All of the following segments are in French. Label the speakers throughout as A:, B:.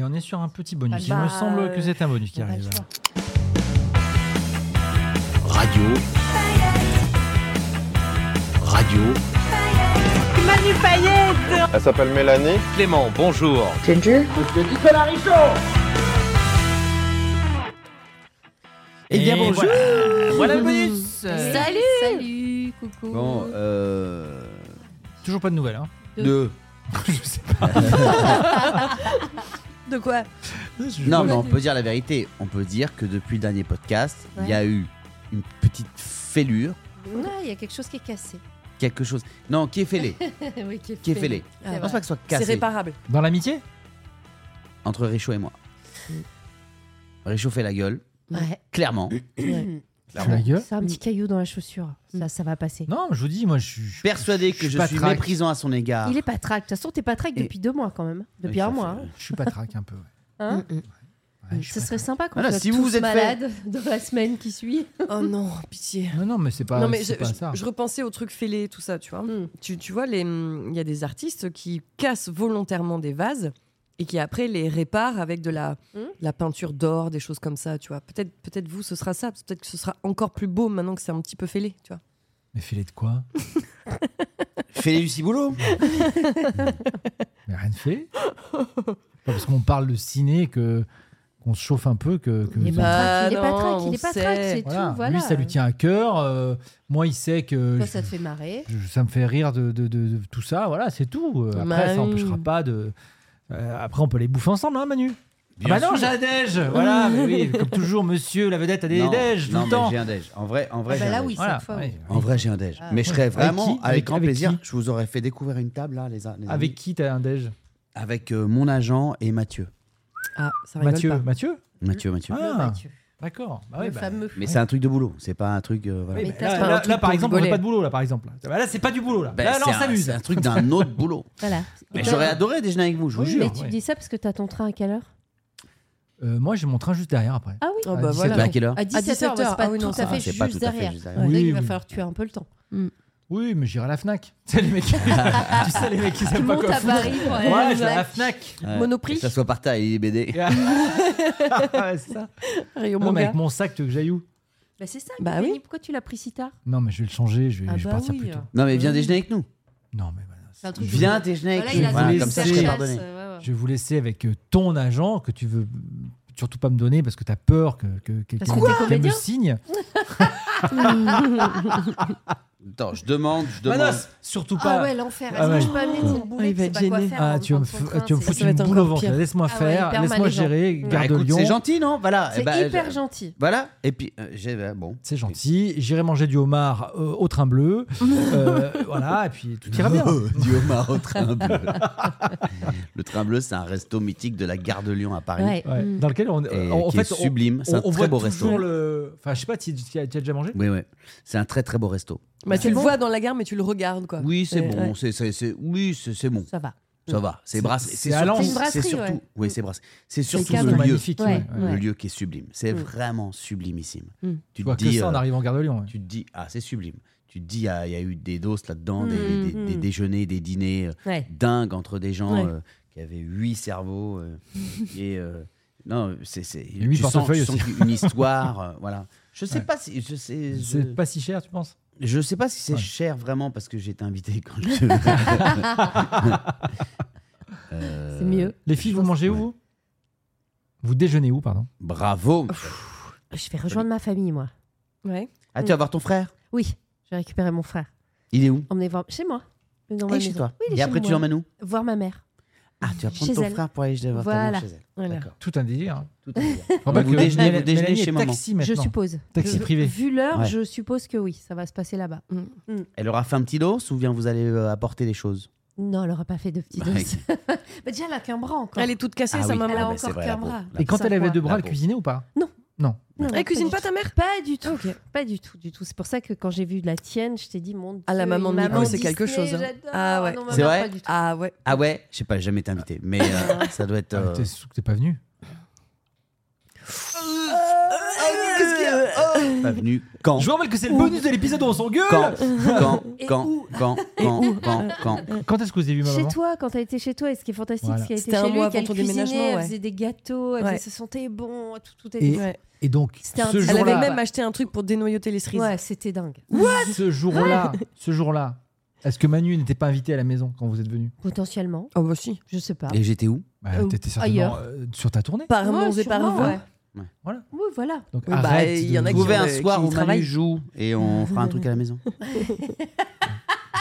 A: Et on est sur un petit bonus.
B: Ah
A: Il me
B: bah,
A: semble que c'est un bonus qui
B: on a le
A: arrive.
B: choix.
C: Radio. Radio.
B: Manu Payette
D: Elle s'appelle Mélanie.
C: Clément, bonjour.
E: Eh bien,
A: Et
E: bonjour.
A: Voilà, Voilà le bonus
B: Salut
F: Salut, coucou.
E: Bon, euh.
A: Toujours pas de nouvelles. Hein.
E: Deux.
B: De quoi
E: Non, mais on peut dire la vérité. On peut dire que depuis le dernier podcast, il y a eu une petite fêlure,
F: Ouais, il y a quelque chose qui est cassé.
E: quelque chose. Non, qui est fêlé.
F: oui, qui est,
E: Qui est
F: fêlé.
E: fêlé.
B: Ah,
E: Je pense pas que ce soit
B: C'est
E: cassé
B: réparable.
A: Dans l'amitié
E: entre Réchaud et moi. Réchaud fait la gueule,
F: Ouais.
E: clairement.
A: Sur la gueule
F: C'est un petit caillou dans la chaussure. Ça, ça va passer.
A: Non, je vous dis, moi je suis.
E: Persuadé que je
A: pas
E: suis
A: traque.
E: méprisant à son égard.
F: Il est pas track. De toute façon, t'es pas track
E: Et-
F: depuis deux mois quand même. Depuis
E: Oui, ça
F: un
E: fait-
F: mois. hein.
A: Je suis pas traque un peu. ouais.
F: Hein
A: Ouais, je suis
F: Ce
A: pas
F: serait sympa qu'on
E: Voilà,
F: soit
E: si vous
F: tous
E: vous êtes fait-
F: malades dans la semaine qui suit.
B: Oh non, pitié.
A: traque. Non, non, mais c'est pas,
B: non mais je,
A: Bah, c'est pas
B: je-
A: ça.
B: je repensais au truc fêlé tout ça, tu vois.
F: Mm.
B: Tu, tu vois, les- il y a des artistes qui cassent volontairement des vases et qui après les réparent avec de la,
F: Mm.
B: la peinture d'or, des choses comme ça, tu vois. Peut-être peut vous, ce sera ça. parce que Peut-être que ce sera encore plus beau maintenant que c'est un petit peu fêlé, tu vois.
A: Mais fais-les de quoi
E: Fêlé du ciboulot.
A: Mais rien de fait. pas parce qu'on parle de ciné que qu'on se chauffe un peu que. que-
F: Il est
B: bah,
F: pas track. Il est pas
B: non,
F: track.
B: on
F: Il est pas
B: sait.
F: track. Eh ben, C'est
A: voilà.
F: tout. Voilà.
A: Lui, ça lui tient à cœur. euh, moi, il sait que.
F: Toi,
A: je-
F: ça te fait marrer.
A: je- ça me fait rire de, de- de- de tout ça. Voilà, c'est tout. Euh, Après,
B: Bah,
A: ça n'empêchera
B: oui.
A: pas de. euh, après, on peut les bouffer ensemble, hein, Manu
E: Bien
A: Ah bah non,
E: sûr.
A: j'ai un déj Voilà, mais oui, comme toujours, monsieur, la vedette a des
E: Non,
A: déj tout
E: non,
A: le
E: mais
A: temps.
E: j'ai un déj. En vrai, en vrai,
F: Ah bah
E: j'ai un
F: là,
E: déj.
F: oui,
A: Voilà,
F: cette fois.
A: ouais.
F: oui.
E: En vrai, j'ai un déj.
F: Ah.
E: Mais je serais vraiment,
A: qui
E: avec,
A: Avec-
E: grand
A: avec
E: plaisir,
A: qui
E: je vous aurais fait découvrir une table, là, les, a- les
A: Avec
E: amis.
A: qui t'as un déj
E: Avec euh, mon agent et Mathieu.
B: Ah, ça rigole
A: Mathieu.
B: pas.
A: Mathieu
E: Mathieu, Mathieu.
A: Ah,
F: Le Mathieu.
A: D'accord. Bah
F: Le
A: ouais, bah,
F: fameux.
E: Mais c'est un truc de boulot, c'est pas un truc. euh, voilà.
A: oui,
F: Mais
A: bah,
F: t'as
A: là,
F: pas un
A: là-
B: truc
A: là, par
B: pour
A: exemple, on n'a
B: rigoler.
A: pas de boulot, là, par exemple. Bah, là, c'est pas du boulot, là.
E: Ben,
A: là, là,
E: c'est
A: on
E: un-
A: s'amuse.
E: C'est un truc d'un autre boulot.
F: Voilà.
E: Mais
F: Et
E: j'aurais
F: toi-
E: adoré déjeuner avec vous, je vous
A: Oui,
E: jure.
F: Mais tu dis ça parce que t'as ton train à quelle heure
A: Euh, moi, j'ai mon train juste derrière après.
F: Ah oui.
B: Ah
A: À
B: bah
A: 17
B: voilà.
E: Bah, à quelle heure
F: À 17h,
B: 17
F: c'est pas
B: ah oui, non,
F: tout
B: ça
F: à
B: va,
F: fait
E: c'est pas
F: juste
E: tout à fait
F: derrière.
E: juste derrière.
F: Donc là,
A: Oui,
F: il va
A: oui.
F: falloir tuer un peu le temps.
A: Oui, mais j'irai à la Fnac. Tu sais, les mecs, tu sais, les mecs qui savent pas
F: Monte
A: quoi
F: à
A: foutre.
F: Paris.
A: Ouais,
F: voilà,
A: je vais à la Fnac.
E: Ouais.
B: Monoprix.
E: Que ça soit par taille, IBD.
A: Ah, c'est ça.
B: Rayon
A: Non, mais
B: manga.
A: avec mon sac, tu veux que j'aille où
F: Bah, c'est ça.
B: Bah
F: Denis,
B: oui.
F: Pourquoi tu l'as pris si tard
A: Non, mais je vais le changer. Je vais,
F: Ah bah
A: je vais partir plus
F: hein.
A: tôt.
E: Non, mais viens déjeuner avec nous.
A: Non, mais voilà.
F: C'est un truc de-
E: Viens déjeuner avec
F: Voilà,
A: je
F: il
E: nous.
F: a
A: Voilà,
F: donné
E: comme
F: une
E: ça,
A: laisser-
E: je t'ai
F: perchasse,
E: pardonné.
F: ouais, ouais.
A: Je vais vous laisser avec euh, ton agent que tu veux surtout pas me donner parce que t'as peur que, que quelqu'un
F: Parce que t'es
A: qu'elle me
F: comédien
A: signe.
E: Attends, je demande, je demande.
A: Manos, surtout
F: Ah
A: pas.
F: ouais, l'enfer.
A: Ah
F: Est-ce que
A: ouais.
F: je peux amener une
B: Ah,
F: boulette
B: il
F: Je
B: va
F: sais
B: être
F: pas quoi
B: gêné.
F: faire.
A: Ah,
F: en
A: tu vas me, fou-
F: rentrant dans le train,
A: tu vas me
F: c'est-
A: foutre
B: va
A: une
B: être
A: boule
B: encore
A: au ventre.
B: pire.
A: Laisse-moi
F: Ah ouais,
A: faire,
F: hyper
A: laisse-moi
F: malaisant.
A: gérer,
F: Ouais.
E: Bah,
A: garde
E: écoute,
A: Lyon.
E: c'est gentil, non Voilà. eh
F: C'est
E: ben,
F: hyper
E: je-
F: gentil.
E: Voilà. Et puis, euh, j'ai ben, bon.
A: C'est gentil. J'irai manger du homard euh, au train bleu. Euh, voilà, et puis tout ira bien.
E: Oh, du homard au train bleu. Le train bleu, c'est un resto mythique de la gare de Lyon à Paris.
F: Ouais.
A: Ah, Ouais,
F: Mm.
A: Dans lequel on,
E: Et
A: en- en
E: qui
A: fait,
E: est
A: on-
E: sublime. C'est
A: on,
E: un
A: on
E: très
A: voit
E: beau
A: toujours
E: resto.
A: le. Enfin, je sais pas, tu, tu- tu as déjà mangé
E: Oui, oui. C'est un très très beau resto.
B: Bah, tu
F: C'est
B: le
F: bon
B: vois dans la gare, mais tu le regardes quoi.
E: Oui, c'est
B: Ouais.
E: bon. c'est- c'est- c'est- Oui, c'est c'est bon.
F: Ça va.
E: Ça va. C'est
A: C'est-
E: brasserie.
A: c'est à Lens.
F: C'est une brasserie,
E: surtout.
F: ouais.
E: Oui, c'est brasserie. C'est
A: Surtout
E: surtout
F: cadre.
E: le lieu.
A: magnifique.
F: Ouais.
A: ouais, ouais.
E: Le lieu qui est sublime. C'est vraiment sublimissime.
B: Mm.
A: Tu
E: Tu
A: vois
E: te
A: que
E: dis.
A: ça en
E: euh,
A: arrivant en gare de Lyon. ouais.
E: tu te dis ah c'est sublime tu te dis ah, il y a eu des doses là-dedans des, des- des déjeuners des dîners euh,
F: Ouais.
E: dingues entre des gens
B: Ouais.
E: euh, qui avaient huit cerveaux euh, et euh, non c'est c'est
A: huit
E: tu sens,
A: portefeuilles
E: tu sens qu'il y a une histoire euh, voilà je sais
A: Ouais.
E: pas si je sais je,
F: euh,
A: C'est pas si cher, tu penses
E: je sais pas si c'est
A: Ouais.
E: cher vraiment parce que j'ai été invité quand je Euh,
F: C'est mieux.
A: Les filles, vous mangez où
E: ouais.
A: vous Vous déjeunez où, pardon
E: bravo
F: Je vais rejoindre ma famille, moi.
B: Ouais.
E: ah tu vas voir ton frère
F: Oui, j'ai récupéré mon frère.
E: il est où
F: Emmener voir chez moi. Dans
E: Il
F: ma
E: est Eh, chez
F: maison.
E: toi
F: Oui, il est
E: et
F: chez
E: après tu
F: moi.
E: l'emmènes où
F: Voir ma mère.
E: ah tu vas prendre
F: Chez
E: ton
F: elle.
E: frère pour aller voir ta
F: Voilà.
E: mère chez elle
F: Voilà.
E: d'accord
A: Tout un délire. hein.
E: tout à fait
A: Je rappelle
E: vous
A: que
E: déjeunez-
A: Mélanie-
E: vous déjeunez
A: Mélanie
E: chez
A: est
E: maman.
A: taxi
F: Je
A: maintenant.
F: suppose.
A: Taxi
F: Je-
A: privé.
F: Vu l'heure,
E: Ouais.
F: je suppose que oui, ça va se passer là-bas.
E: Elle aura fait un petit dos ou bien vous allez euh, apporter des choses
F: Non, elle aura pas fait de petits
E: Ouais.
F: os. Bah, déjà, elle a qu'un bras encore.
B: Elle est toute cassée,
E: Ah oui,
B: sa
F: Elle
E: ah
F: a
B: maman.
E: bah, c'est
F: encore
E: vrai,
F: qu'un
E: la peau.
F: bras.
A: Et quand
B: Ça
A: elle avait
B: quoi,
A: deux bras, elle
E: la
A: cuisinait ou pas
F: Non.
A: Non.
F: Non,
B: Elle cuisine
F: du
B: pas
F: tout.
B: ta mère
F: Pas du tout.
B: Ok.
F: Pas du tout, du tout. C'est pour ça que quand j'ai vu la tienne, je t'ai dit, mon Dieu.
B: Ah, la maman de
F: une
B: Nico, c'est quelque
F: Disney,
B: chose, hein.
F: j'adore.
B: Ah ouais.
F: Non, ma
E: C'est
F: mère,
E: vrai
F: pas du tout.
B: Ah ouais.
E: Ah ouais Je sais pas, j'ai jamais été invité. Mais euh, ça doit être.
A: Ah,
E: euh,
A: T'es sous que t'es pas venu
E: pas venu quand
A: Je vous rappelle que c'est le bonus de l'épisode où on s'engueule
E: quand, quand,
F: Et
E: quand,
F: où
E: quand, quand, quand, quand.
A: Quand est-ce que vous avez vu ma
F: Chez
A: maman
F: toi, quand elle était chez toi, et ce qui est fantastique,
A: Voilà.
F: c'est qu'elle était
B: C'était un
F: chez lui,
B: mois
F: qu'elle
B: avant ton
F: cuisinait,
B: déménagement,
F: elle
B: ouais.
F: faisait des gâteaux, elle
B: Ouais.
F: faisait- se sentait bon, tout, tout était
A: Et,
B: Ouais.
A: et donc,
F: C'était un
A: ce
F: petit-
B: Elle avait
F: jour-là,
A: jour-là,
F: ouais.
B: même acheté un truc pour dénoyauter les cerises.
F: Ouais, c'était dingue.
A: ce jour-là, ce jour-là, est-ce que Manu n'était pas invité à la maison quand vous êtes venu
F: Potentiellement,
B: Ah bah si.
F: je sais pas.
E: Et j'étais où
A: bah,
F: Euh,
A: T'étais
F: ailleurs.
A: certainement euh, sur ta tournée.
B: Par
F: Ouais,
B: mons et par
F: sûrement,
B: voix.
F: ouais.
E: Ouais.
A: Voilà.
F: Oui, voilà.
A: Donc
B: Bah, Oui, bah,
A: arrête.
B: il y
A: de-
B: en a
E: Trouvez un
B: qui
E: soir où Manu
B: travaillent.
E: joue et on fera un truc à la maison.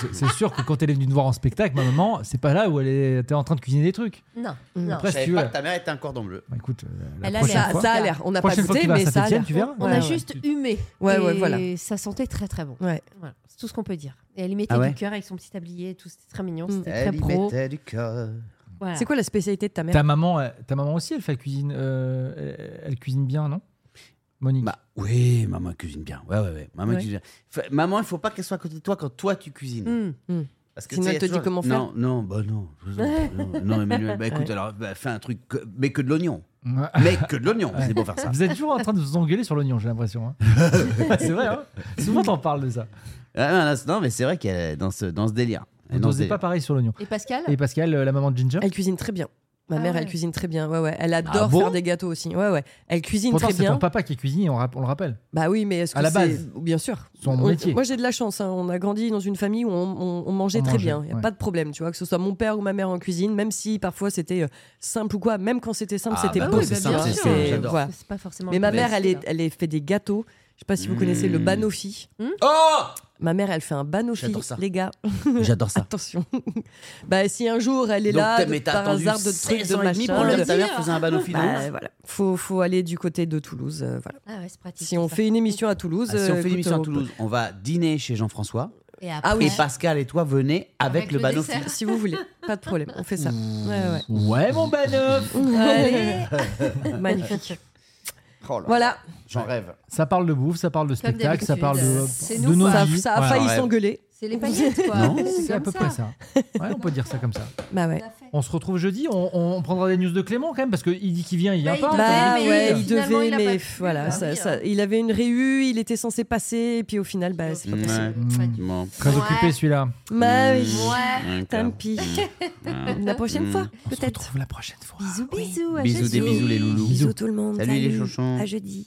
A: C'est- C'est sûr que quand elle est venue te voir en spectacle, ma maman, c'est pas là où elle est- était en train de cuisiner des trucs.
F: Non,
B: Mm.
F: non.
A: Après, si tu veux.
E: ta mère était un cordon bleu.
A: Bah, écoute, euh, la
F: Elle a
A: prochaine
F: l'air-
A: fois,
B: Ça a l'air. On n'a pas
A: prochaine fois
B: goûté,
A: qu'il va à
B: mais ça a
A: Saint-Étienne,
B: l'air.
A: tu verras.
F: On
A: Ouais,
F: a
A: ouais.
F: juste
A: Tu-
F: humé.
B: Ouais, ouais,
F: Et
B: voilà.
F: Ça sentait très très bon.
B: Ouais.
F: Voilà, c'est tout ce qu'on peut dire. Et elle y mettait
E: Ah ouais
F: du cœur avec son petit tablier, et tout c'était très mignon,
B: Mm.
F: c'était
E: Elle
F: très
E: y
F: pro.
E: mettait du cœur.
F: Voilà.
B: C'est quoi la spécialité de ta mère
A: Ta maman, euh, ta maman aussi, elle fait la cuisine. euh, elle- elle cuisine bien, non Monique.
E: Bah oui, maman cuisine bien. Ouais, ouais, ouais. Maman
B: Ouais.
E: cuisine bien. Fa- maman, il faut pas qu'elle soit à côté de toi quand toi tu cuisines.
B: Mmh.
F: Mm.
E: Parce que
B: Sinon,
E: tu sais,
B: elle
E: y a
B: te dit comment faire.
E: Non, non, bah non. Non, non, Emmanuel, bah écoute,
B: Ouais.
E: alors bah, fais un truc, que- mais que de l'oignon.
A: Ouais.
E: Mais que de l'oignon, c'est pour faire ça.
A: Vous êtes toujours en train de vous engueuler sur l'oignon, j'ai l'impression. hein. c'est vrai, hein souvent t'en parles de ça.
E: Ah, non, non, non, mais c'est vrai qu'elle est dans ce, dans ce délire. Elle est dans
A: On
E: ce
A: c'est pas
E: délire.
A: pareil sur l'oignon.
F: Et Pascal
A: Et Pascal, euh, la maman de Ginger
B: Elle cuisine très bien. Ma
F: Ah
B: mère,
F: ouais.
B: elle cuisine très bien. Ouais, ouais. Elle adore
E: Ah bon
B: faire des gâteaux aussi. Ouais, ouais. Elle cuisine
A: Pourtant,
B: très
A: c'est ton
B: bien.
A: papa qui cuisine, on, rapp- on le rappelle.
B: Bah oui, mais est-ce que
A: À la
B: c'est-
A: base.
B: Bien sûr.
A: Son
B: On-
A: métier.
B: Moi, j'ai de la chance. hein. On a grandi dans une famille où on, on- on mangeait
A: On
B: très
A: mangeait,
B: bien. Il y a
A: ouais.
B: pas de problème, tu vois. Que ce soit mon père ou ma mère en cuisine, même si parfois c'était euh, simple ou quoi. Même quand c'était simple,
E: Ah,
B: c'était
E: bah
B: beau.
E: oui, c'est
B: tu
E: simple,
B: vois.
E: c'est
F: simple,
E: j'adore.
B: voilà.
F: Bah, C'est pas forcément.
B: Mais ma
F: le
B: mère, elle, est,
F: Pascal.
B: elle est fait des gâteaux. Je sais pas si vous
E: Mmh.
B: connaissez le banofi.
E: Oh
B: Ma mère, elle fait un banofi,
E: J'adore ça. Ah.
B: les gars.
E: Oh J'adore ça.
B: Attention. bah, si un jour elle est
E: Donc,
B: là,
E: t'as- mais
B: de-
E: t'as
B: par
E: attendu
B: hasard de trucs
E: 16
B: de
E: ans et demi
B: machin,
E: pour le
B: de-
E: dire. Ah. Ta mère faisait un banofi de
B: Bah,
E: ouf.
B: voilà. faut, faut aller du côté de Toulouse. euh, voilà.
F: Ah ouais, c'est pratique.
B: Si on
F: ça.
B: fait une émission à Toulouse.
E: Ah, Si on
B: euh,
E: fait l'émission à
B: écoute, on-
E: Toulouse, on va dîner chez Jean-François.
F: Et après,
B: Ah oui.
E: Et Pascal et toi, venez avec,
F: Avec
E: le
F: le
E: banofi.
F: dessert.
B: euh, Si vous voulez, pas de problème, on fait ça.
E: Mmh.
B: Ouais,
A: Ouais, mon banoff
B: ouais.
F: Allez.
B: Magnifique.
E: Oh
B: Voilà,
E: J'en rêve.
A: Ça parle de bouffe, ça parle de
F: Comme
A: spectacle, ça
F: d'habitude.
A: parle
F: C'est
A: de, de
F: nous,
A: nos
B: euh, ça,
A: vies.
B: ça a
A: Voilà.
B: failli
E: Ouais.
B: s'engueler.
F: c'est les paillettes, quoi.
E: Non,
A: C'est à
F: comme
A: peu près ça. Ouais, on peut dire ça comme ça.
B: Bah ouais.
F: On a fait.
A: On se retrouve jeudi, on, on prendra des news de Clément quand même, parce qu'il dit qu'il vient, il vient
F: Bah, il
A: pas.
F: devait,
B: Bah
F: mais
B: ouais, il
F: finalement,
B: devait,
F: il a pas
B: mais
F: pu,
B: voilà,
F: bah
B: ça-
F: oui,
B: ça-
F: hein.
B: il avait une réu, il était censé passer, et puis au final, bah c'est pas
E: Ouais.
B: possible.
A: Mm. Très
F: Ouais.
A: occupé celui-là.
F: euh,
B: Bah oui.
E: Ouais.
B: Tant pis. La
F: Mm.
B: prochaine fois,
A: On se
B: peut-être.
A: retrouve la prochaine fois.
F: Bisous, bisous. à
E: Bisous, des
F: jeudi.
E: bisous, les loulous.
B: Bisous tout le monde.
E: Salut les chouchons.
B: À jeudi.